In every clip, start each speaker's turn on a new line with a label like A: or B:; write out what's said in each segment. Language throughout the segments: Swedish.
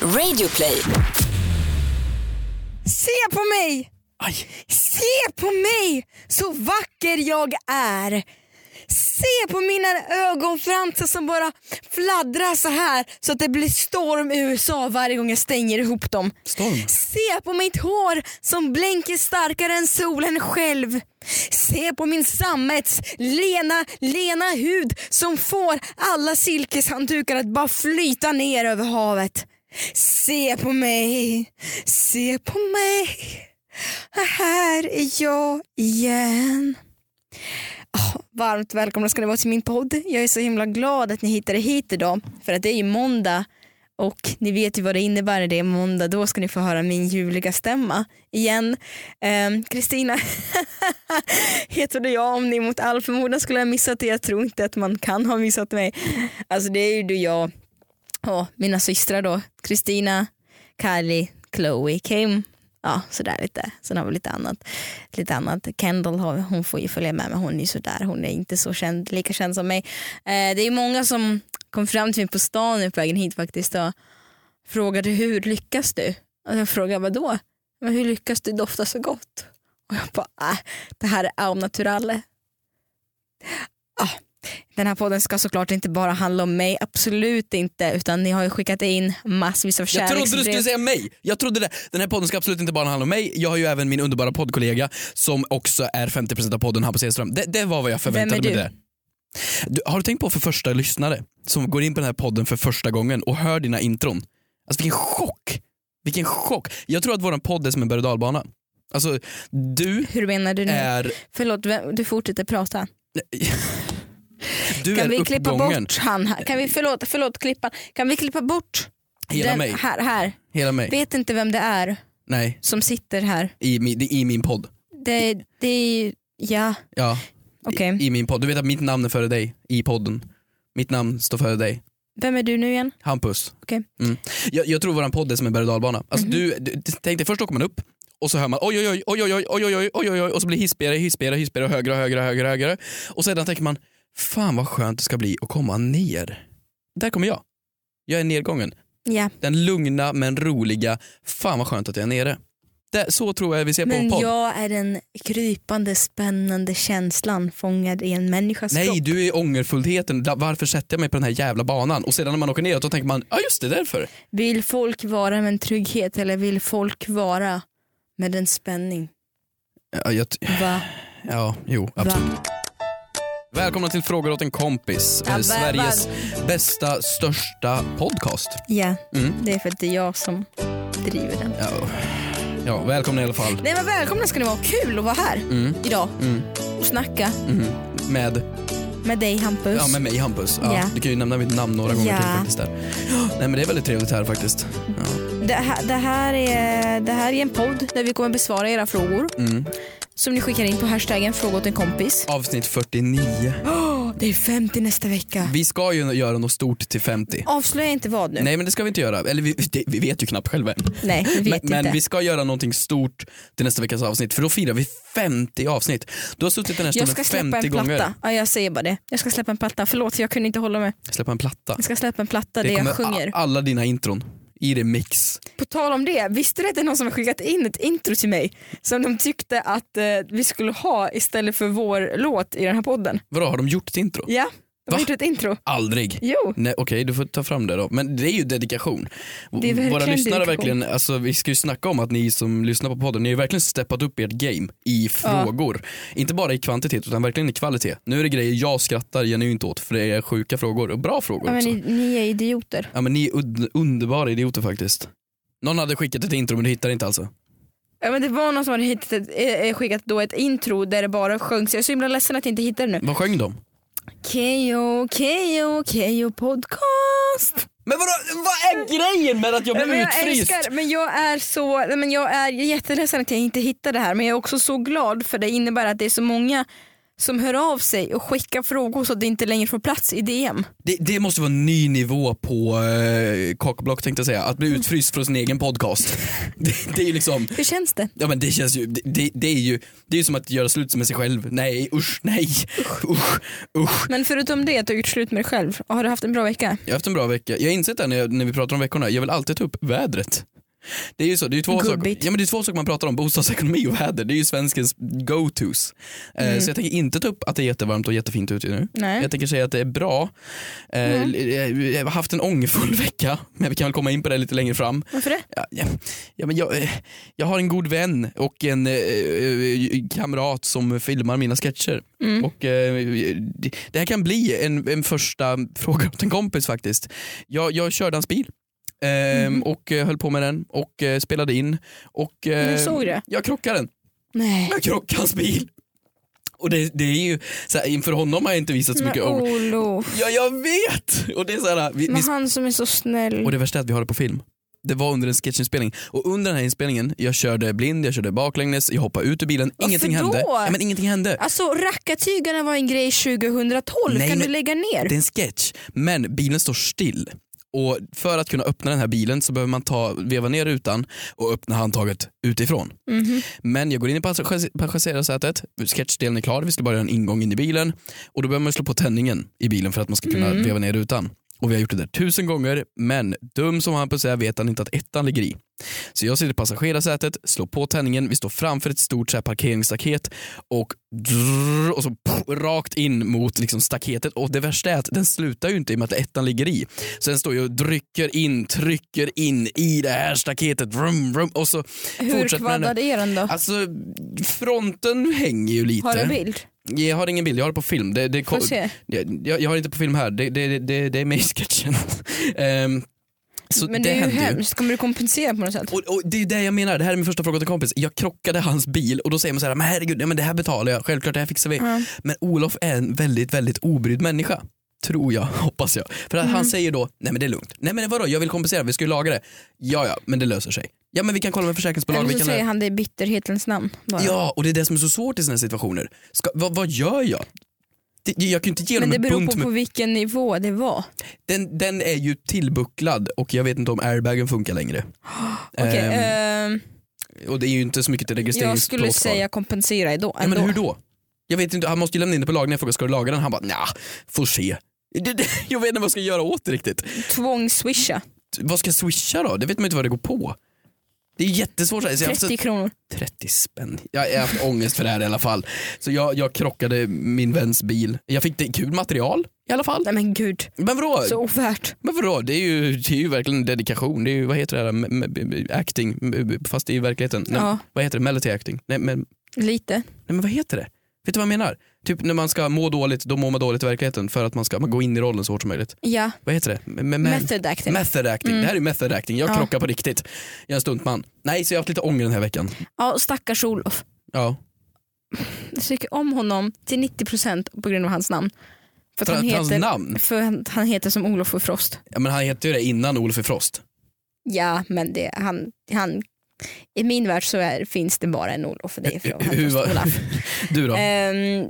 A: Radioplay.
B: Se på mig!
C: Aj.
B: Se på mig! Så vacker jag är! Se på mina ögonfransar som bara fladdrar så här så att det blir storm i USA varje gång jag stänger ihop dem.
C: Storm?
B: Se på mitt hår som blänker starkare än solen själv. Se på min sammets lena, lena hud som får alla silkeshanddukar att bara flyta ner över havet. Se på mig, se på mig. Här är jag igen. Ah, Varmt välkomna ska ni vara till min podd. Jag är så himla glad att ni hittade hit idag för att det är ju måndag och ni vet ju vad det innebär när det är måndag. Då ska ni få höra min ljuvliga stämma igen. Ehm, Kristina heter du jag om ni mot all förmodan skulle ha missat det. Jag tror inte att man kan ha missat mig. Alltså det är ju du jag och mina systrar då. Kristina, Kylie, Chloe, Kim. Ja sådär lite. Sen har vi lite annat. Lite annat. Kendall har, hon får ju följa med men hon är ju sådär. Hon är inte så känd, lika känd som mig. Eh, det är ju många som kom fram till mig på stan nu på vägen hit faktiskt och frågade hur lyckas du? Och jag frågade vadå? Men hur lyckas du dofta så gott? Och jag bara äh, det här är au naturale. Ah, den här podden ska såklart inte bara handla om mig, absolut inte. Utan ni har ju skickat in massvis av
C: Jag
B: kärleksbrev.
C: trodde du skulle säga mig. Jag trodde det. Den här podden ska absolut inte bara handla om mig. Jag har ju även min underbara poddkollega som också är 50% av podden, Hampus Hedström. Det, det var vad jag förväntade
B: Vem är
C: mig. Det. Du, har du tänkt på för första lyssnare som går in på den här podden för första gången och hör dina intron? Alltså vilken chock! Vilken chock! Jag tror att vår podd är som en berg och dalbana. Alltså du
B: Hur menar du nu?
C: är...
B: Förlåt, vem- du fortsätter prata.
C: Du
B: Kan
C: är
B: vi klippa
C: uppgången.
B: bort han här? Kan vi, förlåt, förlåt klippan. Kan vi klippa bort
C: Hela
B: den
C: mig.
B: här? här?
C: Hela mig.
B: Vet inte vem det är
C: Nej,
B: som sitter här.
C: i, min- i min podd.
B: Det, det är ju, ja
C: Ja.
B: okej.
C: i min podd. Du vet att mitt namn är före dig i podden. Mitt namn står före dig.
B: Vem är du nu igen?
C: Hampus.
B: Okej. Mhm.
C: Mm. Jag, jag tror våran podd är som en berg och dalbana. Alltså, du, du, tänk dig, först åker man upp och så hör man oj, oj, oj, oj, oj, oj, oj, oj, oj, oj, oj, och så blir det hispigare, hispigare, hispigare och högre, och högre, och högre, och högre. Och sedan tänker man, fan vad skönt det ska bli att komma ner. Där kommer jag. Jag är nedgången.
B: Ja.
C: Den lugna men roliga, fan vad skönt att jag är nere. Det, så tror jag vi ser på en
B: Men
C: podd.
B: jag är den krypande spännande känslan fångad i en människas
C: Nej,
B: kropp.
C: du är ångerfullheten. Da- Varför sätter jag mig på den här jävla banan? Och sedan när man åker neråt då tänker man, ja just det, därför.
B: Vill folk vara med en trygghet eller vill folk vara med en spänning?
C: Ja, jag t-
B: Va?
C: ja jo,
B: Va?
C: absolut. Välkomna till Frågor åt en kompis. eh,
B: Ja, va-
C: Sveriges bästa, största podcast.
B: Ja,
C: Mm.
B: det är för att det är jag som driver den.
C: Ja, ja välkomna i alla fall.
B: Nej men välkomna ska ni vara, kul att vara här
C: Mm,
B: idag
C: mm,
B: och snacka
C: mm. Med,
B: med dig Hampus.
C: ja, med mig Hampus. Ja,
B: Ja.
C: Du kan ju nämna mitt namn några gånger
B: Ja.
C: till faktiskt. Där. Nej men det är väldigt trevligt här faktiskt. Ja.
B: det, här, det, här är, det här är en podd där vi kommer besvara era frågor
C: Mm.
B: som ni skickar in på hashtaggen fråga åt en kompis.
C: Avsnitt 49.
B: Åh, det är 50 nästa vecka.
C: Vi ska ju göra något stort till 50.
B: Avslöja inte vad nu.
C: Nej men det ska vi inte göra. Eller vi, det, vi vet ju knappt själva än.
B: Nej, vi
C: Men,
B: vet inte.
C: men vi ska göra någonting stort till nästa veckas avsnitt för då firar vi 50 avsnitt. Du har suttit i den här
B: jag ska
C: stunden
B: släppa
C: 50
B: en platta.
C: gånger.
B: Ja, jag säger bara det. Jag ska släppa en platta. Förlåt, jag kunde inte hålla mig.
C: Släppa en platta.
B: Jag ska släppa en platta där jag sjunger.
C: a- alla dina intron i remix.
B: På tal om det, visste du att det är någon som har skickat in ett intro till mig som de tyckte att eh, vi skulle ha istället för vår låt i den här podden?
C: Vadå har de gjort ett intro?
B: Ja, de
C: Va?
B: har gjort ett intro.
C: Aldrig.
B: Jo.
C: Nej okej du får ta fram det då. Men det är ju dedikation.
B: Det är verkligen
C: Våra lyssnare
B: dedikation.
C: verkligen, alltså, vi ska ju snacka om att ni som lyssnar på podden, ni har ju verkligen steppat upp ert game i frågor. Inte bara i kvantitet utan verkligen i kvalitet. Nu är det grejer jag skrattar genuint åt för det är sjuka frågor och bra frågor
B: Ja, men
C: också.
B: ni, ni är idioter.
C: Ja men ni är und- underbara idioter faktiskt. Någon hade skickat ett intro men du hittar det inte alltså?
B: Ja, men det var någon som hade hittat ett, eh, eh, skickat då ett intro där det bara sjöngs. Jag är så himla ledsen att jag inte hittar det nu.
C: Vad sjöng de?
B: Keyyo, Keyyo, Keyyo podcast.
C: Men vadå, vad är grejen med att jag
B: Ja,
C: blev
B: men jag
C: utfryst?
B: älskar, men jag är så, nej, men jag är jätteledsen att jag inte hittade det här men jag är också så glad för det innebär att det är så många som hör av sig och skickar frågor så att det inte längre får plats i DM.
C: Det, det måste vara en ny nivå på eh, kakblock tänkte jag säga. Att bli utfryst från sin egen podcast. Det, det är ju liksom,
B: Hur känns det?
C: ja men det känns ju, det- det, det är ju, det är ju som att göra slut med sig själv. Nej usch, nej, usch, usch.
B: Men förutom det att du har gjort slut med dig själv, har du haft en bra vecka?
C: Jag har haft en bra vecka. Jag har insett det när, jag, när vi pratar om veckorna, jag vill alltid ta upp vädret. Det är ju så, det är ju två, saker,
B: Gubbigt.
C: ja, men det är två saker man pratar om, bostadsekonomi och väder. Det är ju svenskens go-tos. Eh, Så jag tänker inte ta upp att det är jättevarmt och jättefint ute nu.
B: Nej. Mm.
C: Jag tänker säga att det är bra. Eh, Jag har haft en ångerfull vecka, men vi kan väl komma in på det lite längre fram.
B: Varför det?
C: Ja, ja, ja, men jag, eh, jag har en god vän och en eh, eh, kamrat som filmar mina sketcher.
B: Mm.
C: Och, eh, det- det här kan bli en, en första fråga åt en kompis faktiskt. Jag, jag körde hans bil. ehm,
B: Mhm.
C: och eh, höll på med den och eh, spelade in och eh,
B: Du såg det?
C: jag krockade den.
B: Nej.
C: Jag krockade hans bil. Och det, det är ju, så här, inför honom har jag inte visat så mycket
B: Men
C: ord.
B: Olof.
C: Ja jag vet! Och det är så här, vi, vi
B: Men han som är så snäll.
C: och det värsta är att vi har det på film. Det var under en sketchinspelning. Och under den här inspelningen, jag körde blind, jag körde baklänges, jag hoppade ut ur bilen,
B: Varför
C: ingenting hände.
B: då?
C: Ja, men ingenting hände.
B: Alltså rackartygarna var en grej 2012,
C: Nej,
B: kan
C: men-
B: du lägga ner?
C: Det är en sketch, men bilen står still. Och för att kunna öppna den här bilen så behöver man ta, veva ner rutan och öppna handtaget utifrån.
B: Mhm.
C: Men jag går in i passage- passagerarsätet, sketchdelen är klar, vi ska bara göra en ingång in i bilen och då behöver man slå på tändningen i bilen för att man ska kunna
B: Mm.
C: veva ner rutan. Och vi har gjort det där tusen gånger men dum som Hampus är vet han inte att ettan ligger i. Så jag sitter i passagerarsätet, slår på tändningen, vi står framför ett stort så här parkeringsstaket och, drrrr, och så pff, rakt in mot liksom staketet och det värsta är att den slutar ju inte i och med att ettan ligger i. Så den står ju och trycker in, trycker in i det här staketet vrum, vrum, och så
B: Hur
C: fortsätter den.
B: kvaddad är den då?
C: Alltså fronten hänger ju lite.
B: Har du en bild?
C: Jag har ingen bild, jag har det på film. Det, det,
B: Får se.
C: jag, jag har det inte på film här, det, det, det, det är med i sketchen. Ehm, så
B: Men det, är ju
C: händer
B: hemskt, kommer du kompensera på något sätt?
C: Och, och det är ju det jag menar, det här är min första fråga till kompis. Jag krockade hans bil och då säger man så här, men herregud, ja, men det här betalar jag, självklart det här fixar vi.
B: Ja.
C: Men Olof är en väldigt, väldigt obrydd människa. Tror jag, hoppas jag. För att
B: Mm.
C: han säger då, nej men det är lugnt. Nej men vadå, jag vill kompensera, vi ska ju laga det. Ja ja, men det löser sig. Ja men vi kan kolla med försäkringsbolag.
B: Eller
C: vi
B: så
C: kan
B: säger han det i bitterhetens namn. Bara.
C: Ja, och det är det som är så svårt i såna här situationer. Ska, vad, vad gör jag? Det, jag kan ju inte
B: Men
C: ge dem
B: det
C: en
B: beror
C: bunt
B: på,
C: med...
B: på vilken nivå det var.
C: Den, den är ju tillbucklad och jag vet inte om airbagen funkar längre.
B: Okej,
C: Ehm,
B: ehm,
C: och det är ju inte så mycket till
B: jag
C: registreringsplåt
B: skulle säga kompensera ändå.
C: ja, men
B: ändå.
C: hur då? Jag vet inte, han måste ju lämna in det på lagen. Jag frågade, ska du laga den? Han bara, nja, får se. Det, det, jag vet inte vad jag ska göra åt det riktigt.
B: Tvångsswisha,
C: Vad ska jag swisha då? Det vet man ju inte vad det går på. Det är jättesvårt. Så jag har haft så-
B: 30 kronor.
C: 30 spänn. Jag jag har haft ångest för det här i alla fall. Så jag, jag krockade min väns bil. Jag fick det kul material i alla fall.
B: Nej men gud,
C: Men vadå?
B: så ovärt.
C: Men vadå? Det, är ju, det är ju verkligen dedikation. Det är ju, vad heter det här, M- m- acting, m- fast i verkligheten. Nej,
B: Ja.
C: Vad heter det? Melody acting? Nej men, nej
B: Lite.
C: men vad heter det? Vet du vad jag menar? Typ när man ska må dåligt, då mår man dåligt i verkligheten för att man ska man gå in i rollen så hårt som möjligt.
B: Ja,
C: Vad heter det? M- m-
B: method acting.
C: Method acting, det här är ju method acting, jag
B: Ja.
C: krockar på riktigt. Jag är en stuntman. Nej, så jag har haft lite ånger den här veckan.
B: ja, stackars Olof.
C: Ja.
B: Jag tycker om honom till 90% på grund av hans namn. För att,
C: För,
B: han
C: för hans
B: heter,
C: namn?
B: för att han heter som Olof och Frost.
C: Ja, men han hette ju det innan Olof i Frost.
B: Ja, men det, han, han, i min värld så är, finns det bara en Olof. och Det är för, han,
C: Hur
B: Frost,
C: var-
B: Olaf.
C: Du då?
B: Ehm,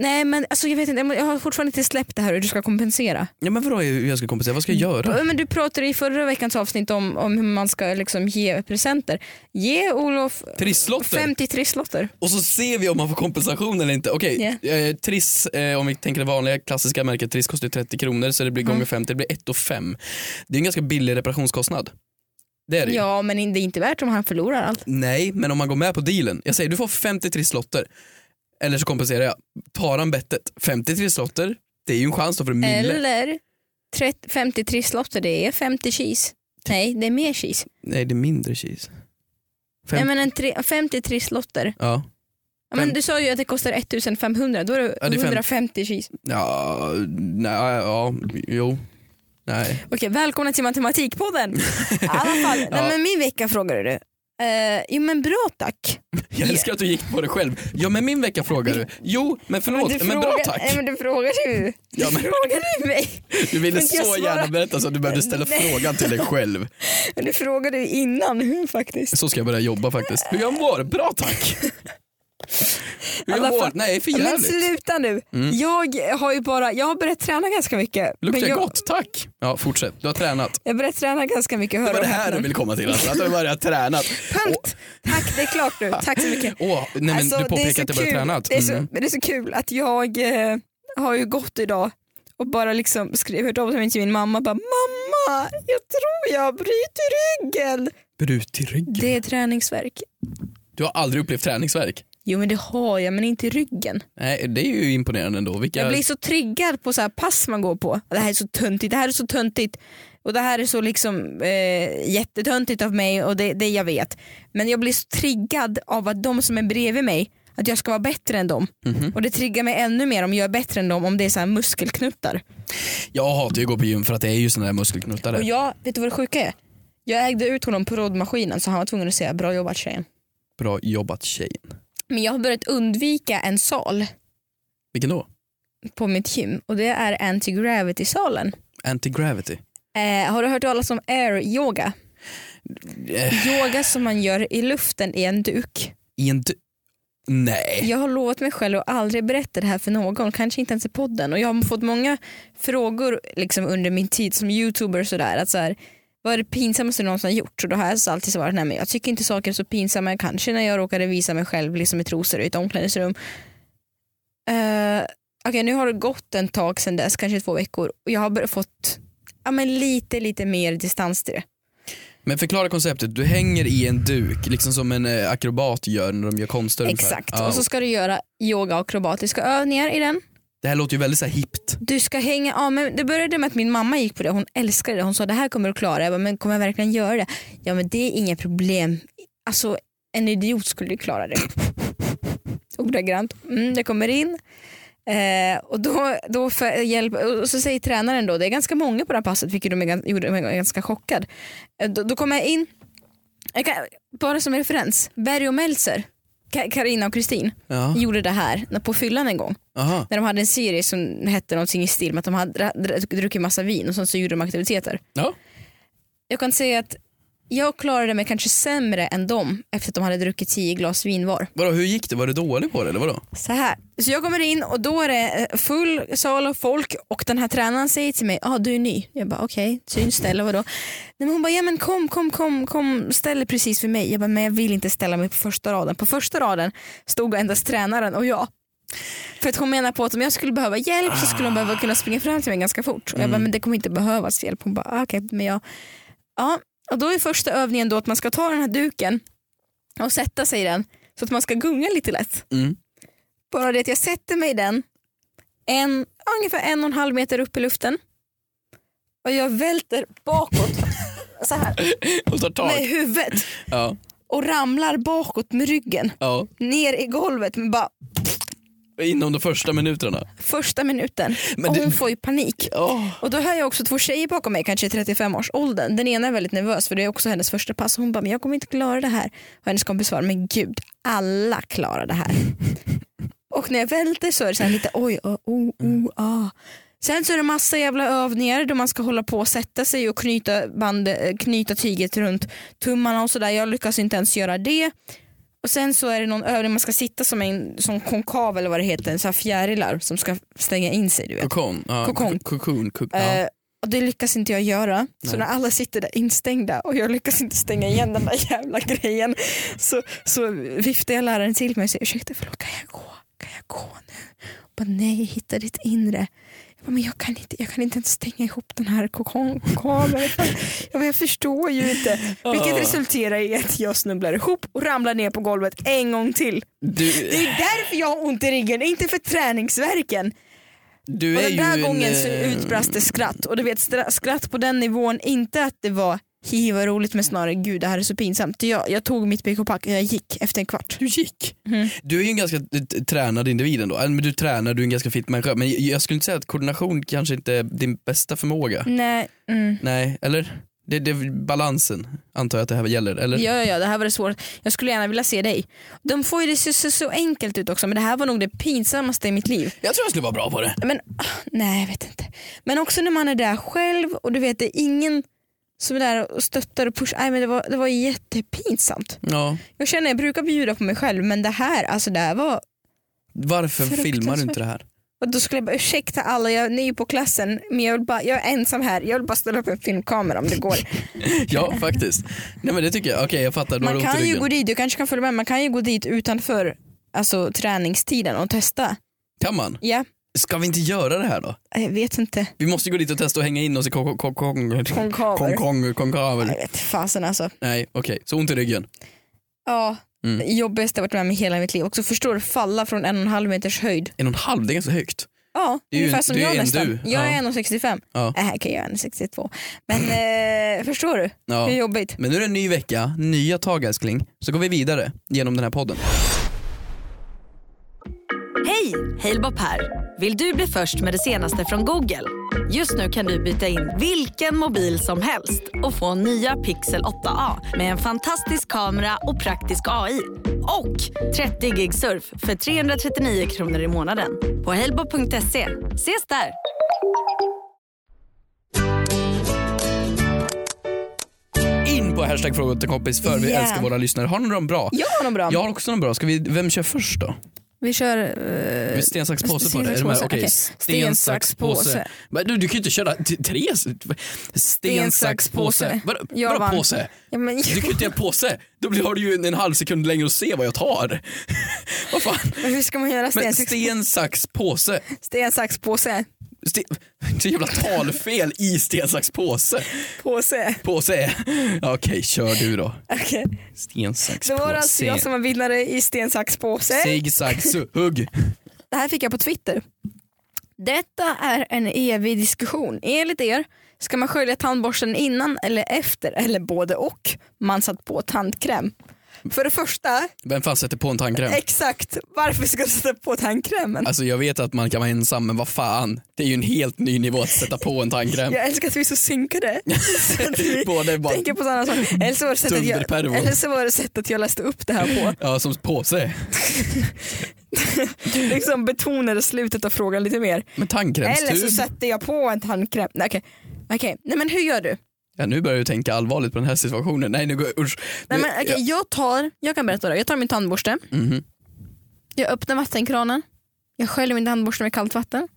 B: nej men alltså, jag vet inte, jag har fortfarande inte släppt det här hur du ska kompensera.
C: Ja, men vadå hur jag ska kompensera? Vad ska jag göra?
B: Men du pratade i förra veckans avsnitt om, om hur man ska liksom ge presenter. Ge Olof
C: Trisslotter?
B: 50 trisslotter.
C: Och så ser vi om man får kompensation eller inte. Okej, eh, Triss, eh, om vi tänker det vanliga klassiska märket Triss kostar ju 30 kronor så det blir
B: Mm.
C: gånger 50, det blir 1 och 5. Det är en ganska billig reparationskostnad. Det är det ju.
B: Ja men det är inte värt om han förlorar allt.
C: Nej, men om man går med på dealen. Jag säger du får 50 trisslotter eller så kompenserar jag. Tar han bettet 50 trisslotter, det är ju en chans då för en mille.
B: Eller 30, 50 trisslotter, det är 50 cheese. Nej det är mer cheese.
C: Nej, det är mindre cheese. Fem-
B: Nej, men en tre, 50 trisslotter.
C: Ja.
B: Ja, men
C: Fem-
B: du sa ju att det kostar 1500, då är det,
C: Ja, det är fem-
B: 150 cheese.
C: Ja, nej, ja, jo. Nej.
B: Okej, välkomna till Matematikpodden. I alla fall, nej, men min vecka frågade du. Eh, jo men bra tack.
C: Jag älskar att du gick på det själv. Ja men min vecka frågar du. Jo men förlåt, men, bra
B: frågar-
C: tack.
B: Nej, men du frågade ju.
C: Ja, men-
B: Du frågade ju mig.
C: Du ville
B: men jag
C: så
B: svarar-
C: gärna berätta så att du behövde ställa
B: Nej.
C: frågan till dig själv.
B: Men du frågade ju innan faktiskt.
C: Så ska jag börja jobba faktiskt. Hur jag mår? Bra tack. Hur
B: alla fall-
C: hårt? Nej, för
B: Men
C: jävligt. Mm.
B: sluta nu. Jag har ju bara, jag har börjat träna ganska mycket.
C: Luktar
B: men jag,
C: gott, tack. Ja, fortsätt. Du har tränat.
B: Jag har börjat träna ganska mycket. Hör
C: Det var
B: och
C: det här
B: häpna.
C: du ville komma till alltså, att du har börjat träna.
B: Punkt. Tack, det är klart nu. Tack så mycket.
C: Åh, nej men
B: Alltså,
C: du
B: det är
C: påpekar
B: så
C: att du har börjat
B: kul.
C: tränat.
B: Det är, så,
C: Mm.
B: men det är så kul att jag eh, har ju gått idag och bara liksom skrivit av mig till min mamma. Bara, mamma, jag tror jag bryter ryggen.
C: Brut i ryggen.
B: Det är träningsverk.
C: Du har aldrig upplevt träningsverk.
B: Jo men det har jag, men inte i ryggen.
C: Nej, det är ju imponerande ändå. Vilka...
B: Jag blir så triggad på så här pass man går på. Det här är så töntigt, det här är så töntigt. Och det här är så liksom eh, jättetöntigt av mig och det, det jag vet. Men jag blir så triggad av att de som är bredvid mig, att jag ska vara bättre än dem. Och det triggar mig ännu mer om jag är bättre än dem om det är så här muskelknuttar.
C: Jag hatar ju att gå på gym för att det är ju såna där muskelknuttare.
B: Och jag, vet du vad det sjuka är? Jag ägde ut honom på roddmaskinen så han var tvungen att säga bra jobbat tjejen.
C: Bra jobbat tjejen.
B: Men jag har börjat undvika en sal
C: Vilken då?
B: på mitt gym och det är anti-gravity-salen.
C: Anti-gravity.
B: Eh, har du hört talas om air yoga? Yoga som man gör i luften i en duk.
C: I en du... Nej.
B: Jag har lovat mig själv att aldrig berätta det här för någon, kanske inte ens i podden. Och jag har fått många frågor liksom, under min tid som youtuber. Och sådär, att så här, vad är det pinsammaste du någonsin har gjort? Och då har jag så alltid svarat nej men jag tycker inte saker är så pinsamma. Kanske när jag råkade visa mig själv liksom, i trosor i ett omklädningsrum. Uh, Okej nu har det gått en tag sedan dess, kanske två veckor. Och jag har bör- fått ja, men lite lite mer distans till det.
C: Men förklara konceptet. Du hänger i en duk, liksom som en eh, akrobat gör när de gör konster. ungefär.
B: Exakt.
C: Ja,
B: Och så ska du göra yoga och akrobatiska övningar i den.
C: Det här låter ju väldigt så här hippt.
B: Du ska hänga, ja men det började med att min mamma gick på det, hon älskade det, hon sa det här kommer du klara, jag bara, men kommer jag verkligen göra det? Ja men det är inga problem, alltså en idiot skulle ju klara det. Ordagrant, mm, det kommer in. Eh, och då, då för hjälp, och så säger tränaren då, det är ganska många på det här passet vilket de är, gan- gjorde mig ganska chockad. Eh, då, då kommer jag in, jag kan, bara som referens, Berg och Meltzer, Ka- Karina och Kristin
C: Ja.
B: gjorde det här när- på fyllan en gång
C: Aha.
B: när de hade en serie som hette någonting i stil med att de hade dra- dra- druckit massa vin och sen så gjorde de aktiviteter.
C: Ja.
B: Jag kan säga att jag klarade mig kanske sämre än dem efter att de hade druckit 10 glas vin var.
C: Vadå, hur gick det? Var du dålig på det eller vadå?
B: Så här. Så jag kommer in och då är det eh, full sal av folk och den här tränaren säger till mig, ah, du är ny. Jag bara okej, syns det eller vadå? Nej, men hon bara, ja men kom, kom, kom, kom, ställ dig precis vid mig. Jag bara, men jag vill inte ställa mig på första raden. På första raden stod endast tränaren och jag. För att hon menar på att om jag skulle behöva hjälp så skulle hon behöva kunna springa fram till mig ganska fort. Och jag bara, men det kommer inte behövas hjälp. Hon bara, ah, okej, men jag... Ja, och då är första övningen då att man ska ta den här duken och sätta sig i den så att man ska gunga lite lätt.
C: Mm.
B: Bara det att jag sätter mig i den en, ja, ungefär en och en halv meter upp i luften och jag välter bakåt så här,
C: Och tar tag.
B: med huvudet
C: Ja.
B: och ramlar bakåt med ryggen
C: ja.
B: ner i golvet med bara
C: Inom de första minuterna.
B: första minuten.
C: Men
B: och
C: du-
B: hon får ju panik.
C: Oh.
B: Och då hör jag också två tjejer bakom mig, kanske i 35-årsåldern. Den ena är väldigt nervös för det är också hennes första pass. Hon bara, men jag kommer inte klara det här. Och hennes kompis svarar, men gud, alla klarar det här. och när jag välter så är det så här lite oj, oh, oh, oh, ah. Sen så är det massa jävla övningar där man ska hålla på och sätta sig och knyta, band, eh, knyta tyget runt tummarna och sådär. Jag lyckas inte ens göra det. Och sen så är det någon övning man ska sitta som en som konkav eller vad det heter, så här fjärilar som ska stänga in sig du vet.
C: Kokon. Ja.
B: Kokon.
C: Kokon. Kok- ja.
B: Eh, och det lyckas inte jag göra. Så
C: Nej.
B: när alla sitter där instängda och jag lyckas inte stänga igen den där jävla grejen så, så viftar jag läraren till mig och säger ursäkta förlåt kan jag gå? Kan jag gå nu? Och bara nej hitta ditt inre. Jag bara, men jag kan, inte, jag kan inte ens stänga ihop den här kokonkameran. Jag, bara, jag förstår ju inte. Vilket
C: Ah.
B: resulterar i att jag snubblar ihop och ramlar ner på golvet en gång till.
C: Du,
B: Det är därför jag har ont i ryggen, inte för träningsverken.
C: du
B: Och
C: är
B: den där
C: ju
B: gången
C: en,
B: så
C: eh,
B: utbrast det skratt och du vet stra- skratt på den nivån, inte att det var hi vad roligt men snarare gud det här är så pinsamt. Jag, jag tog mitt pick och pack och jag gick efter en kvart.
C: Du gick.
B: Mm.
C: Du är ju en ganska eh, t- tränad individ ändå. Eller, men Du tränar, du är en ganska fit människa. Men jag- jag skulle inte säga att koordination kanske inte är din bästa förmåga.
B: Nej, mm.
C: Nej, eller? Det, det är balansen antar jag att det här gäller. Eller?
B: ja, ja, ja det här var det svårt. Jag skulle gärna vilja se dig. De får ju det så, så, så enkelt ut också men det här var nog det pinsammaste i mitt liv.
C: Jag tror jag skulle vara bra på det.
B: Men ah, nej jag vet inte. Men också när man är där själv och du vet det är ingen som är där och stöttar och pushar. Nej, men det, var, det var jättepinsamt.
C: Ja.
B: Jag känner jag brukar bjuda på mig själv men det här, alltså det här var...
C: Varför filmar du inte det här?
B: Och då skulle jag bara ursäkta alla, jag är ny på klassen men jag, vill bara, jag är ensam här, jag vill bara ställa upp en filmkamera om det går.
C: Ja faktiskt. Nej men det tycker jag. Okej jag fattar, du har
B: Man
C: ont i
B: kan ju
C: ryggen.
B: gå dit, du kanske kan följa med, man kan ju gå dit utanför alltså, träningstiden och testa.
C: Kan man?
B: Ja,
C: Ska vi inte göra det här då?
B: jag vet inte.
C: Vi måste gå dit och testa och hänga in oss i kong- kong- kong-
B: Konkaver.
C: kong- konkaver.
B: Jag vet fasen alltså.
C: Nej okej, så ont i ryggen.
B: Ja,
C: Mm.
B: det jobbigaste jag varit med om i hela mitt liv. Också förstår du, falla från en och en halv meters höjd.
C: En och en halv, det är ganska högt.
B: Ja,
C: Det är ju
B: ungefär
C: en-
B: som
C: det är
B: jag
C: en
B: nästan.
C: du.
B: Jag
C: Ja.
B: är 1,65.
C: Ja.
B: Nej, Äh, okej jag är 1,62. Men eh, förstår du
C: Ja.
B: hur jobbigt?
C: Men nu är det en ny vecka, nya tag älskling. Så går vi vidare genom den här podden.
A: Hej! Halebop här. Vill du bli först med det senaste från Google? Just nu kan du byta in vilken mobil som helst och få nya Pixel 8A med en fantastisk kamera och praktisk AI. Och 30 gig surf för 339 kronor i månaden på halebop.se. Ses där!
C: In på hashtag fråga åt en kompis för vi
B: Yeah.
C: älskar våra lyssnare. Har ni någon bra?
B: Jag har någon bra.
C: Jag har också någon bra. Ska vi, vem kör först då?
B: Vi kör... eh,
C: Vi sten, sax, påse på
B: sten,
C: det? Är
B: sax,
C: det med?
B: påse.
C: Okej,
B: Okej.
C: Sten, sax, påse. Men du, du kan ju inte köra t- tre. Sten, sax, påse. Vadå
B: Jag
C: vadå
B: vann.
C: påse?
B: ja, men,
C: Du kan ju inte göra påse. Då blir- har du ju en, en halv sekund längre att se vad jag tar. vad fan?
B: men hur ska man göra sten,
C: Men
B: sax,
C: sten, sax, påse.
B: sten, sax, påse?
C: Sten, så jävla talfel i sten, sax, påse.
B: Påse.
C: Påse. Ja, Okej, kör du då.
B: Okej.
C: Sten, sax,
B: Det var alltså
C: påse.
B: jag som var vinnare i sten, sax, påse.
C: Sig, sax, su- hugg.
B: Det här fick jag på Twitter. Detta är en evig diskussion. Enligt er, ska man skölja tandborsten innan eller efter eller både och man satt på tandkräm? För det första,
C: Vem fan sätter på en tandkräm?
B: exakt varför ska du sätta på tandkrämen?
C: Alltså jag vet att man kan vara ensam men vad fan. Det är ju en helt ny nivå att sätta på en tandkräm.
B: Jag älskar att vi är så synkade. Så att vi
C: Både bara,
B: tänker på sådana saker. Eller så var det sättet
C: Dunderpervo.
B: jag, eller så var det sättet jag läste upp det här på.
C: ja, som påse.
B: Liksom betonade slutet av frågan lite mer.
C: Men
B: Eller
C: tandkrämstub.
B: så sätter jag på en tandkräm. Nej, Okej, Okej. Nej, men hur gör du?
C: Ja, nu börjar du tänka allvarligt på den här situationen. Nej nu går jag, usch.
B: Nej,
C: Nu-
B: men, okej, jag, tar, jag kan berätta det. Jag tar min tandborste,
C: ja, mhm.
B: jag öppnar vattenkranen, jag sköljer min tandborste med kallt vatten,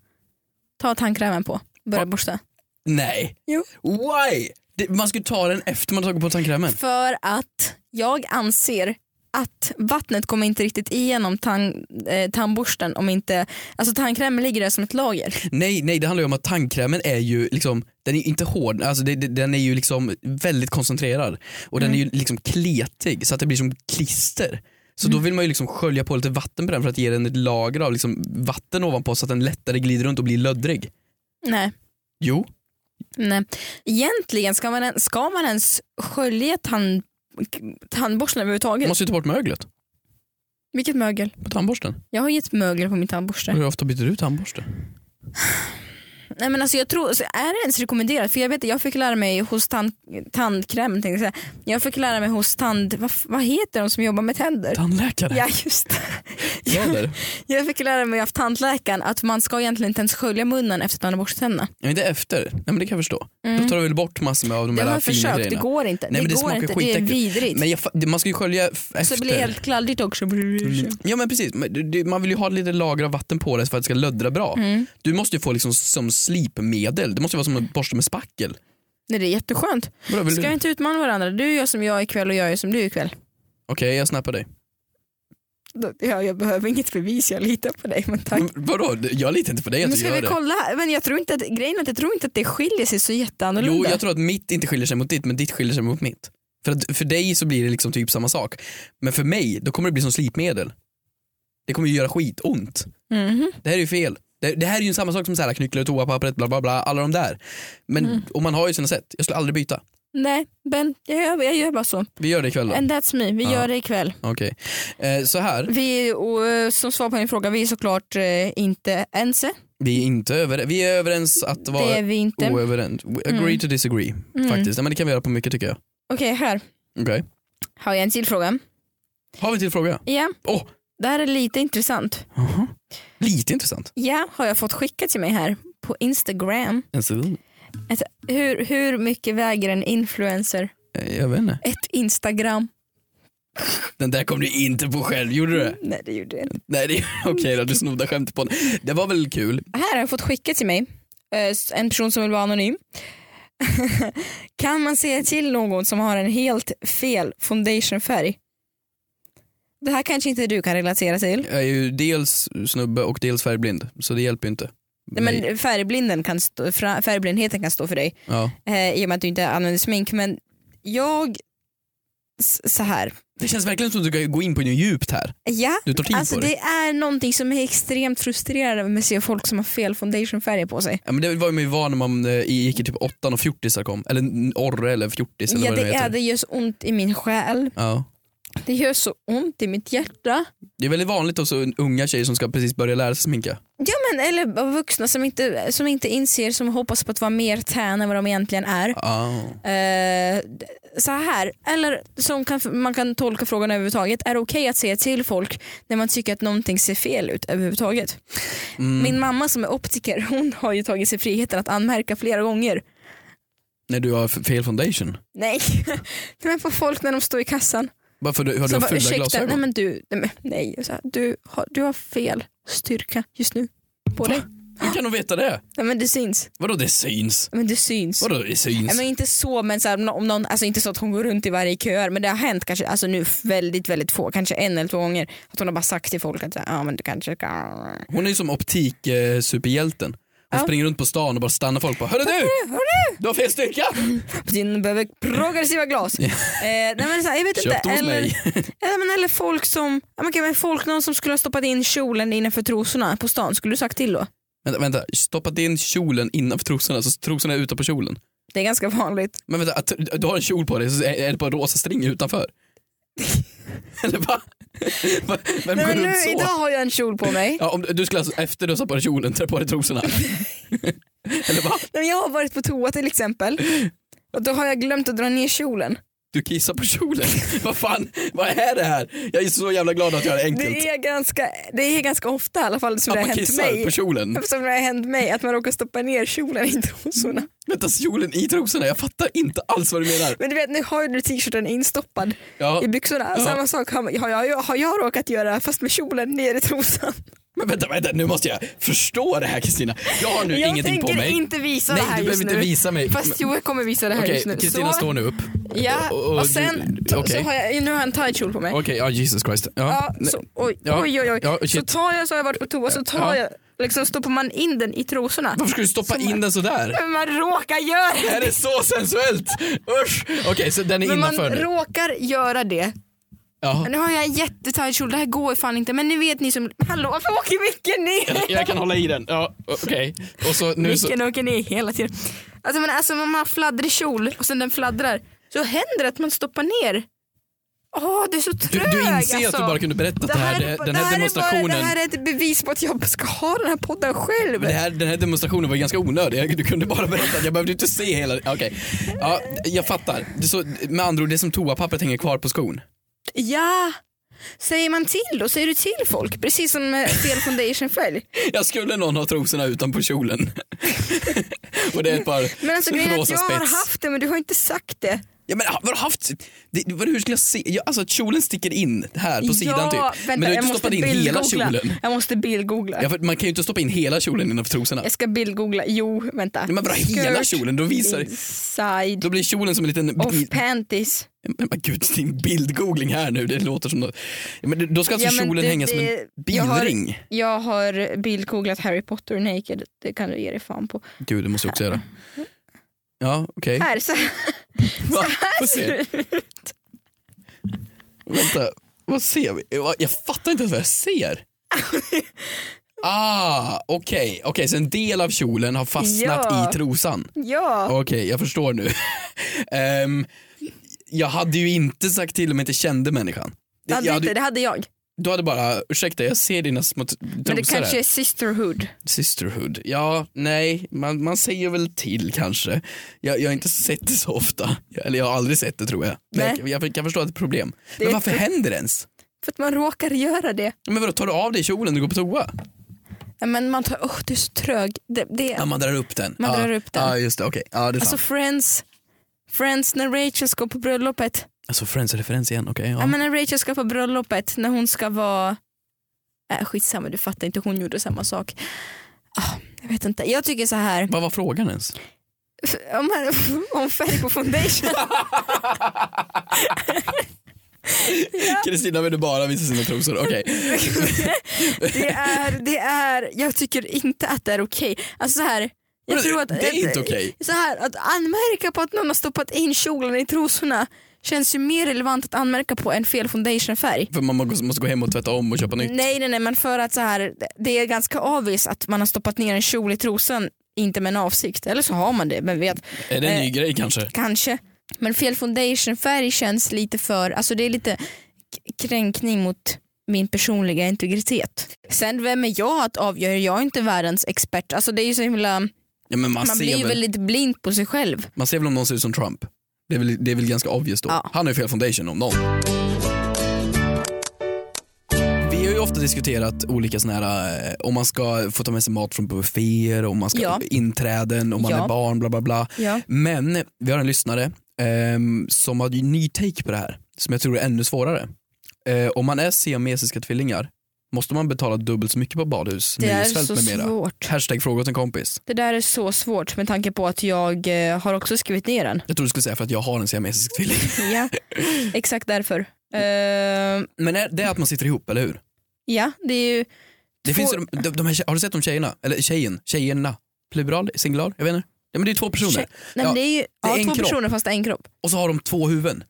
B: tar tandkrämen på, börjar borsta.
C: Nej.
B: Jo.
C: Why? Det, man skulle ta den efter man tagit på tandkrämen.
B: För att jag anser att vattnet kommer inte riktigt igenom tand, eh, tandborsten om inte, alltså tandkrämen ligger där som ett lager.
C: Nej, nej det handlar ju om att tandkrämen är ju liksom, den är inte hård, alltså det, det, den är ju liksom väldigt koncentrerad och den är
B: Mm.
C: ju liksom kletig så att det blir som klister. Så
B: Mm.
C: då vill man ju liksom skölja på lite vatten på den för att ge den ett lager av liksom vatten ovanpå så att den lättare glider runt och blir löddrig.
B: Nej,
C: Jo,
B: nej. Egentligen ska man, en- ska man ens skölja tand, tandborsten överhuvudtaget?
C: man måste ju ta bort möglet
B: Vilket mögel?
C: på tandborsten.
B: Jag har gett mögel på min tandborste.
C: Hur ofta byter du tandborste?
B: Nej men alltså jag tror, alltså, är det ens rekommenderat? För jag vet jag fick lära mig hos tand, tandkräm, tänkte jag, säga. jag fick lära mig hos tand, vad, f- vad heter de som jobbar med tänder?
C: Tandläkare?
B: Ja just det.
C: Eller?
B: Jag fick lära mig av tandläkaren att man ska egentligen inte ens skölja munnen efter att man har borstat tänderna.
C: Ja, inte efter, nej men det kan jag förstå.
B: Mm.
C: Då tar du väl bort massor med av de
B: Jag
C: där
B: har
C: fina
B: försökt,
C: grejerna.
B: det går inte.
C: Nej, men det
B: det går
C: smakar
B: inte, det är
C: skitäckligt.
B: vidrigt.
C: Men jag, fa- det- man ska ju skölja f- efter.
B: så det blir helt kladdigt också.
C: Mm. Ja men precis, Men du- du- man vill ju ha lite lager av vatten på det för att det ska löddra bra.
B: Mm.
C: Du måste ju få liksom som slipmedel, det måste ju vara som en borste med spackel.
B: Nej, det är jätteskönt.
C: Vadå, vill
B: Ska vi
C: du?
B: inte utmana varandra? Du gör som jag ikväll och jag gör som du ikväll.
C: Okej jag snappar dig.
B: Ja, jag behöver inget bevis, jag litar på dig. Men tack.
C: Men Vadå, jag litar inte på dig att
B: Men
C: du
B: ska
C: gör
B: vi
C: det.
B: kolla? Men jag tror inte att, grejen är att jag tror inte att det skiljer sig så jätteannorlunda.
C: Jo jag tror att mitt inte skiljer sig mot ditt men ditt skiljer sig mot mitt. För, att, för dig så blir det liksom typ samma sak. Men för mig då kommer det bli som slipmedel. Det kommer ju göra skitont.
B: Mhm.
C: Det här är ju fel. Det, det här är ju samma sak som så här, knycklar och toapappret, bla bla bla, alla de där. Men,
B: Mm.
C: Och man har ju sina sätt, jag skulle aldrig byta.
B: Nej, Ben, jag gör, jag gör bara så.
C: Vi gör det ikväll då.
B: And that's me, vi
C: Ja.
B: gör det ikväll.
C: Okej. Eh, så här,
B: Vi, och, eh, som svar på din fråga, vi är såklart eh, inte ense.
C: vi är inte över, vi är överens att
B: Det är
C: vara
B: vi inte. Okej,
C: oöverens. We agree
B: Mm.
C: to disagree
B: Mm.
C: faktiskt. Nej, men det kan vi göra på mycket tycker jag.
B: här
C: Okej.
B: har jag en till fråga.
C: Har vi en till fråga?
B: Ja,
C: Åh,
B: det här är lite intressant.
C: aha. lite intressant.
B: Ja, har jag fått skickat till mig här på Instagram.
C: En sekund.
B: Ett, hur, hur mycket väger en influencer?
C: Eh, Jag vet inte.
B: Ett Instagram?
C: Den där kom du inte på själv, gjorde du det?
B: Nej det gjorde jag inte.
C: Nej, det- okej då, du snodde skämtet på honom. Det var väl kul.
B: Här har jag fått skicka till mig, eh, en person som vill vara anonym. kan man säga till någon som har en helt fel foundationfärg? Det här kanske inte du kan relatera till.
C: Jag är ju dels snubbe och dels färgblind, så det hjälper ju inte.
B: Nej,
C: mig.
B: men färgblinden kan stå, fra- färgblindheten kan stå för dig
C: ja.
B: eh, i och med att du inte använder smink men jag, s- så här.
C: Det känns verkligen som att du ska gå in på något djupt här.
B: Ja,
C: Du tar tid
B: alltså
C: på det.
B: det är någonting som är extremt frustrerande med att se folk som har fel foundationfärger på sig.
C: Ja, men det var man ju van när man eh, gick i typ åttan och fjortisar kom. Eller n- orre eller fjortis eller
B: Ja,
C: vad det nu
B: det,
C: heter.
B: är, det gör så ont i min själ,
C: Ja.
B: det gör så ont i mitt hjärta.
C: Det är väldigt vanligt också unga tjejer som ska precis börja lära sig sminka.
B: Ja, men, eller av vuxna som inte, som inte inser, som hoppas på att vara mer tan än vad de egentligen är.
C: Ah.
B: Eh, d- så här, eller som kan, man kan tolka frågan överhuvudtaget. Är det okej att säga till folk när man tycker att någonting ser fel ut överhuvudtaget?
C: Mm.
B: Min mamma som är optiker hon har ju tagit sig friheten att anmärka flera gånger.
C: När du har f- fel foundation.
B: Nej, men på folk när de står i kassan.
C: Varför du, har du
B: Så
C: har
B: bara,
C: fula
B: ursäkta, nej
C: glasögon?
B: men du, nej, men, nej så här, du, har, du har fel styrka just nu på dig.
C: Hur kan de veta det?
B: Nej, men det syns.
C: Vadå det syns?
B: Nej, Men det syns.
C: Vadå det syns?
B: Nej, men inte så, men så här, om nå- om någon, alltså inte så att hon går runt i varje kö men det har hänt kanske, alltså nu väldigt väldigt få, kanske en eller två gånger att hon har bara sagt till folk att så här, ja men du kanske kan...
C: Hon är ju som optik-superhjälten. Hon
B: Ja.
C: springer runt på stan och bara stannar folk och bara Hörru du! Du har fel styrka!
B: Din behöver progressiva glas. eh, nej, men så här, jag vet
C: Köp
B: inte,
C: dem hos
B: eller,
C: mig.
B: eller, men, eller folk som, ja, men, okej, men folk, någon som skulle ha stoppat in kjolen innanför trosorna på stan, skulle du sagt till då?
C: vänta, vänta, stoppa in kjolen innanför trosorna så trosorna är utanpå kjolen.
B: Det är ganska vanligt.
C: Men vänta, att du har en kjol på dig så är är det bara rosa string utanför? Eller va? Va? Vem
B: Nej,
C: går
B: men nu,
C: runt så?
B: idag har jag en kjol på mig.
C: Ja, om, du skulle alltså efter du har satt på dig kjolen ta på dig trosorna? Eller va?
B: Nej, men Jag har varit på toa till exempel och då har jag glömt att dra ner kjolen.
C: Du kissar på kjolen? vad fan, vad är det här? Jag är så jävla glad att jag har det enkelt.
B: Det är, ganska, det är ganska ofta i alla fall som
C: att
B: det har
C: man
B: hänt
C: kissar
B: mig.
C: på kjolen.
B: Som det har hänt mig att man råkar stoppa ner kjolen i trosorna.
C: Vänta, kjolen i trosorna? Jag fattar inte alls vad du menar.
B: Men du vet nu har ju du t-shirten instoppad
C: Ja,
B: i byxorna.
C: Ja.
B: Samma sak har, har, jag, har jag råkat göra fast med kjolen ner i trosan.
C: men vänta, vänta, nu måste jag förstå det här Kristina. Jag har nu
B: jag
C: ingenting på
B: tänker
C: mig.
B: inte visa
C: Nej,
B: det här
C: du behöver
B: just
C: inte
B: nu.
C: visa mig.
B: Fast jo jag kommer visa det här
C: Okej,
B: just nu.
C: Kristina
B: Så-
C: står nu upp.
B: Ja,
C: och- och
B: och sen
C: du-
B: t-
C: okej.
B: så har jag, nu har jag en tight kjol på mig.
C: Okej, ja Jesus Christ. Ja,
B: Ja, så, oj,
C: Ja.
B: oj, oj, oj.
C: Ja,
B: så
C: shit.
B: tar jag så har jag varit på toa så tar
C: Ja.
B: jag, liksom stoppar man in den i trosorna.
C: Varför ska du stoppa in den sådär?
B: Men man råkar göra det.
C: Är det så sensuellt? Usch! Okej, så den är
B: Men man
C: innanför nu.
B: råkar göra det.
C: Ja.
B: Nu har jag en jättetajt kjol, det här går fan inte. Men ni vet ni som, hallå varför åker micken ner?
C: Jag kan hålla i den. Ja, okej. Och så nu så...
B: Micken åker ner hela tiden. Alltså, men, alltså man har fladdrig kjol och sen den fladdrar så händer det att man stoppar ner. Åh du är så
C: Du,
B: trög
C: du inser
B: alltså.
C: att du bara kunde berätta att det här,
B: är-
C: den här,
B: är bara-
C: demonstrationen
B: det här är ett bevis på att jag ska ha den här podden själv.
C: Men det här, den här demonstrationen var ganska onödig. Jag- Du kunde bara berätta att jag behövde inte se hela... Okej. Ja, jag fattar. Det är så, med andra ord, det är som toapappret hänger kvar på skon.
B: Ja. Säger man till då? Säger du till folk? Precis som med fel foundationfärg.
C: Jag skulle någon ha trosorna utanpå kjolen. Och det är ett par
B: Men alltså grejen är att
C: rosa
B: jag har
C: spets.
B: haft det men du har inte sagt det.
C: Ja, men har har du haft... Det, vad, hur skulle jag se? Ja, alltså att kjolen sticker in här på sidan
B: ja,
C: typ.
B: Vänta,
C: men du har
B: jag
C: inte
B: måste
C: stoppat in hela
B: bildgoogla.
C: kjolen.
B: Jag måste bildgoogla.
C: Ja, för man kan ju inte stoppa in hela kjolen innanför trosorna.
B: Jag ska bildgoogla. Jo, vänta.
C: Ja, men vadå hela kjolen? Då visar...
B: Inside
C: Då blir kjolen som en liten...
B: of panties.
C: Men, men gud, din bildgoogling här nu, det låter som något. Ja, men det- Då ska alltså
B: Ja, men
C: kjolen
B: det-
C: hänga som
B: det-
C: en
B: jag har-
C: bilring.
B: Jag har bildgooglat Harry Potter naked. Det kan du ge dig fan på.
C: Gud, det måste jag också göra. Ja, okej.
B: Här, så här
C: Va? Vad
B: ser
C: ser
B: det ut.
C: Vänta, vad ser vi? Jag- Jag fattar inte ens vad jag ser. Ah, okej. okej, så en del av kjolen har fastnat
B: Ja.
C: i trosan.
B: Ja.
C: Okej, jag förstår nu. Ehm, jag hade ju inte sagt till om jag inte kände människan. Det-
B: hade
C: jag
B: du
C: hade-
B: inte, det hade jag.
C: du hade bara, ursäkta jag ser dina små t-
B: Men det
C: trosor här.
B: kanske är sisterhood.
C: Sisterhood. Ja, nej, man, man säger väl till kanske. Jag, jag har inte sett det så ofta. Eller jag har aldrig sett det tror jag.
B: Nej.
C: Men jag, jag kan förstå att det är ett problem.
B: Det är
C: men
B: ett
C: varför händer det ens?
B: För att man råkar göra det.
C: Men vadå, tar du av dig kjolen när du går på toa?
B: Ja, men man tar, åh du är så trög. Det, det,
C: Ja, man drar upp den.
B: Man
C: ja.
B: drar upp den.
C: Ja, just det. Okej. Ja, det är
B: alltså
C: sant.
B: Friends, Friends när Rachel ska på bröllopet.
C: Alltså Friends-referens igen. Okej.
B: Ja.
C: ja.
B: men när Rachel ska på bröllopet när hon ska vara... Äh, skitsamma du fattar inte, hon gjorde samma sak. Ah, jag vet inte, jag tycker så här.
C: Vad var frågan ens?
B: Om, om färg på foundation.
C: Kristina vill bara visa sina trosor. Okej.
B: Det är, det är, jag tycker inte att det är okej. Alltså så här, jag
C: Vadå,
B: tror att,
C: det är inte okej?
B: Så här, att anmärka på att någon har stoppat in kjolen i trosorna känns ju mer relevant att anmärka på än fel foundationfärg.
C: För man må- måste gå hem och tvätta om och köpa nytt.
B: Nej nej nej men för att så här, det är ganska obvious att man har stoppat ner en kjol i trosan inte med en avsikt. Eller så har man det, men vet.
C: Är det en
B: Eh,
C: ny grej kanske?
B: Kanske. Men fel foundationfärg känns lite för, alltså det är lite k- kränkning mot min personliga integritet. Sen vem är jag att avgöra? Jag är inte världens expert. Alltså det är ju så himla, man,
C: Ja, men man, ser
B: blir
C: väl,
B: väl lite blind på sig själv.
C: man ser väl om någon ser ut som Trump. Det är väl, det är väl ganska obvious då.
B: Ja.
C: Han har ju fel foundation om någon. Vi har ju ofta diskuterat olika såna här, eh, om man ska få ta med sig mat från bufféer, om man ska
B: Ja.
C: inträden, om man
B: Ja.
C: är barn, bla bla bla.
B: Ja.
C: Men vi har en lyssnare ehm, som har en ny take på det här, som jag tror är ännu svårare. Eh, om man är siamesiska tvillingar, måste man betala dubbelt så mycket på badhus,
B: Det är
C: nöjesfält
B: så
C: med mera?
B: svårt.
C: Hashtag fråga åt en kompis.
B: Det där är så svårt med tanke på att jag eh, har också skrivit ner den.
C: Jag tror du skulle säga för att jag har en siamesisk tvilling.
B: ja, exakt därför. Eh,
C: Men är det är att man sitter ihop, eller hur?
B: ja, det är ju
C: Det
B: Två-
C: finns ju de, de, de här, tje- har du sett de tjejerna? Eller tjejen, tjejerna? Plural, singular? Jag vet inte. Ja, men det är två personer.
B: Tje- Nej, men
C: Ja,
B: det är ju
C: är
B: ja,
C: en
B: två
C: kropp.
B: personer fast det är en kropp.
C: Och så har de två huvuden.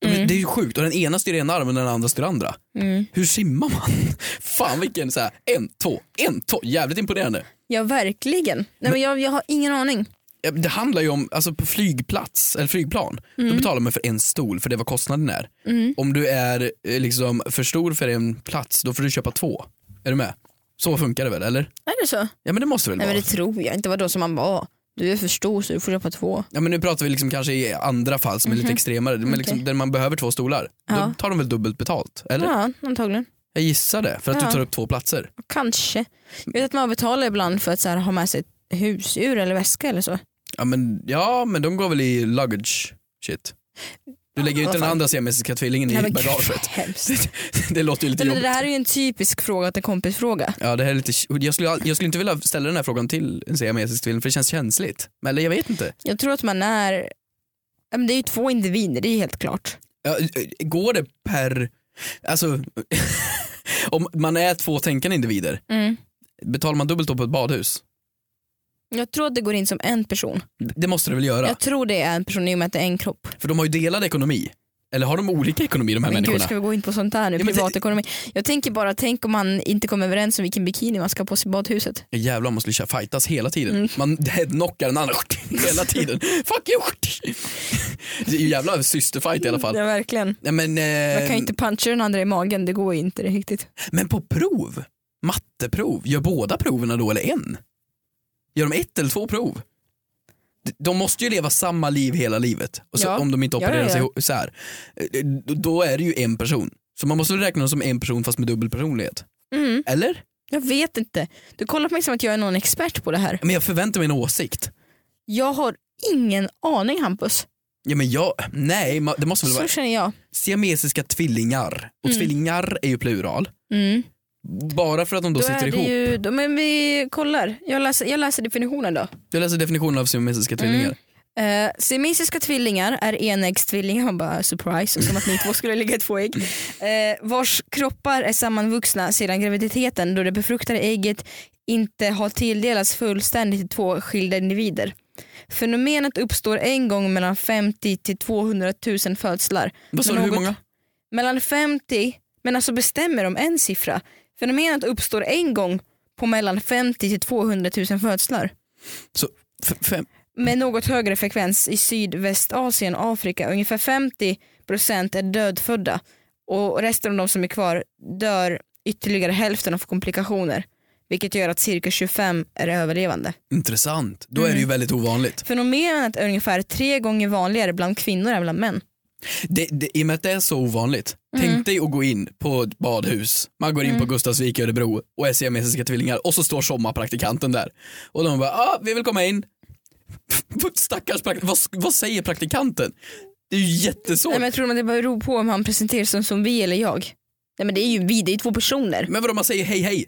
C: De,
B: Mm.
C: Det är ju sjukt. Och den ena styr ena armen och den andra styr andra.
B: Mm.
C: Hur simmar man? Fan vilken så här, en, två, en, två. Jävligt imponerande.
B: Ja verkligen. Nej, men jag, jag har ingen aning.
C: Ja, Det handlar ju om, alltså på flygplats, eller flygplan,
B: Mm.
C: då betalar man för en stol för det är vad kostnaden är. Om du är eh, liksom för stor för en plats, då får du köpa två. Är du med? Så funkar det väl, eller?
B: Är det så?
C: Ja men det måste väl
B: Nej
C: vara?
B: men det tror jag inte. Vadå som man bara, du är för stor så du får köpa två.
C: Ja men nu pratar vi liksom kanske i andra fall som är lite extremare, men liksom,
B: Mhm. Okej.
C: där man behöver två stolar.
B: Ja.
C: Då tar de väl dubbelt betalt? Eller?
B: Ja antagligen.
C: Jag gissar det, för att
B: Ja.
C: du tar upp två platser.
B: Kanske. Jag vet att man betalar ibland för att så här, ha med sig ett husdjur eller väska eller så.
C: Ja men, ja, men de går väl i luggage shit. Du lägger ju
B: vad
C: inte den
B: fan.
C: andra siamesiska tvillingen
B: Nej,
C: i
B: men gud,
C: bagaget.
B: hemskt.
C: Det låter ju lite
B: Nej, men
C: jobbigt.
B: det här är ju en typisk fråga till kompis fråga.
C: Ja, det här är lite, jag, skulle, jag skulle inte vilja ställa den här frågan till en siamesisk tvilling för det känns känsligt. Men eller jag vet inte.
B: Jag tror att man är, Ja, men det är ju två individer det är helt klart.
C: Ja, eh, Går det per, alltså om man är två tänkande individer,
B: Mm.
C: betalar man dubbelt då på ett badhus?
B: Jag tror att det går in som en person.
C: Det måste det väl göra?
B: Jag tror det är en person i och med att det är en kropp.
C: För de har ju delad ekonomi. Eller har de olika ekonomi de här
B: Men gud
C: människorna?
B: ska vi gå in på sånt här nu,
C: Ja, men det-
B: privatekonomi. Jag tänker bara, tänk om man inte kommer överens om vilken bikini man ska ha på sig i badhuset.
C: Ja, Jävlar om man skulle köra fightas hela tiden.
B: Mm.
C: Man headknockar den andra hela tiden. Fuck you! Det är ju jävla systerfight i alla fall.
B: Ja verkligen.
C: Nej, men, eh,
B: Man kan ju inte puncha den andra i magen, det går ju inte riktigt.
C: Men på prov, matteprov, gör båda proverna då eller en? Gör de ett eller två prov? D- De måste ju leva samma liv hela livet och så,
B: Ja.
C: om de inte
B: Ja,
C: opererar
B: ja, ja.
C: sig ihop- så här. Eh, d- Då är det ju en person. Så man måste räkna dem som en person fast med dubbel personlighet.
B: Mm.
C: Eller?
B: Jag vet inte. Du kollar på mig som att jag är någon expert på det här.
C: Men jag förväntar mig en åsikt.
B: Jag har ingen aning Hampus.
C: Ja, men jag, nej, ma- det måste väl vara
B: Så känner jag.
C: siamesiska tvillingar. Och tvillingar är ju plural.
B: Mm.
C: Bara för att de då,
B: Då
C: sitter
B: är det
C: ihop.
B: ju, då, men vi kollar. Jag läser, jag läser definitionen då.
C: Jag läser definitionen av siamesiska
B: Mm.
C: tvillingar.
B: Uh, siamesiska tvillingar är enäggstvillingar, man bara surprise, som att ni två skulle ligga i två ägg. Eh, vars kroppar är sammanvuxna sedan graviditeten då det befruktade ägget inte har tilldelats fullständigt till två skilda individer. Fenomenet uppstår en gång mellan 50 till 200 000 födslar.
C: Vad sa
B: Men
C: du, hur
B: något-
C: många?
B: Mellan 50, men alltså bestämmer de en siffra. Fenomenet uppstår en gång på mellan 50 till 200 000 födslar
C: Så, f- fem,
B: med något högre frekvens i Sydvästasien och Afrika. Ungefär 50 procent är dödfödda och resten av de som är kvar dör ytterligare hälften av komplikationer. Vilket gör att cirka 25 är överlevande. Mm.
C: Intressant. Då är det ju väldigt ovanligt.
B: Fenomenet är ungefär tre gånger vanligare bland kvinnor än bland män.
C: Det, det, I och med att det är så ovanligt,
B: Mm.
C: tänk dig att gå in på ett badhus, man går in på Gustavsvik i Örebro och är siamesiska tvillingar och så står sommarpraktikanten där och de bara, ah, vi vill komma in. Stackars praktikant, vad, sk- vad säger praktikanten? Det är ju jättesvårt.
B: Nej, men
C: men...
B: jag tror att det beror på om han presenterar sig som vi eller jag. Nej men det är ju vi, det är ju två personer.
C: vadå, man säger hej hej.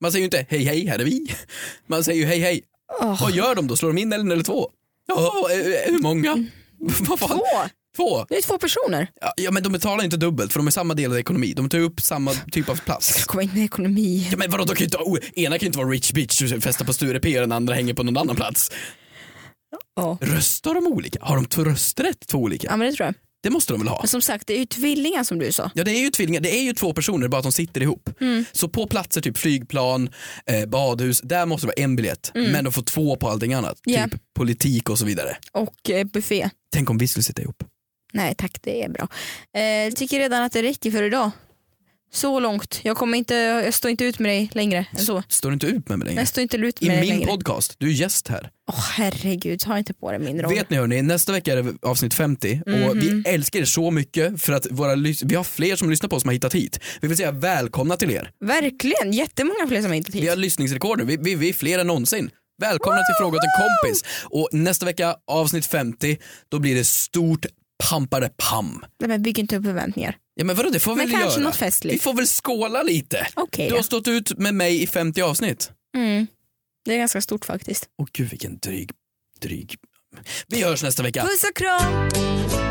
C: Man säger ju inte hej hej, här är vi. Man säger ju hej hej.
B: Åh.
C: Vad gör de då, slår de in en eller två? Ja, eh, hur många? Vad fan?
B: Två!
C: Två?
B: Det är två personer.
C: Ja, Ja men de betalar inte dubbelt för de är samma del av ekonomi, de tar upp samma typ av plats.
B: Komma in med ekonomi.
C: Ja, men vadå, de kan ju inte, oh, ena kan ju inte vara rich bitch och festa på Sturepö och den andra hänger på någon annan plats.
B: Ja.
C: Röstar de olika? Har de två rösträtt två olika?
B: ja men det tror jag.
C: Det måste de väl ha?
B: Men som sagt det är ju tvillingar som du sa.
C: Ja det är ju tvillingar, det är ju två personer bara att de sitter ihop.
B: Mm.
C: Så på platser typ flygplan, eh, badhus, där måste det vara en biljett men de får två på allting annat.
B: Mm. Ja.
C: Typ politik och så vidare.
B: Och eh, buffé.
C: Tänk om vi skulle sitta ihop.
B: Nej tack det är bra. Eh, jag tycker redan att det räcker för idag. Så långt. Jag, kommer inte, jag står inte ut med dig längre än så.
C: Står du inte ut med mig längre?
B: Jag står inte ut
C: I
B: med dig
C: min
B: längre.
C: podcast, du är gäst här.
B: Åh herregud, ta inte på dig min roll.
C: Vet ni hörni, nästa vecka är det avsnitt 50 och vi
B: Mhm.
C: älskar er så mycket för att våra, lys- vi har fler som lyssnar på oss som har hittat hit. Vi vill säga välkomna till er.
B: Verkligen, jättemånga fler som har hittat hit.
C: Vi har lyssningsrekord nu, vi, vi, vi är fler än någonsin. Välkomna till Fråga åt en kompis och nästa vecka avsnitt 50 då blir det stort pampade pam.
B: Nej, men bygg inte upp förväntningar.
C: Ja men vadå det får vi
B: Men
C: väl
B: kanske
C: göra?
B: något festligt.
C: Vi får väl skåla lite.
B: Okej
C: Du har stått ut med mig i 50 avsnitt.
B: då. mm. Det är ganska stort faktiskt.
C: Åh gud vilken dryg, dryg. Vi hörs nästa vecka.
B: Puss och kram!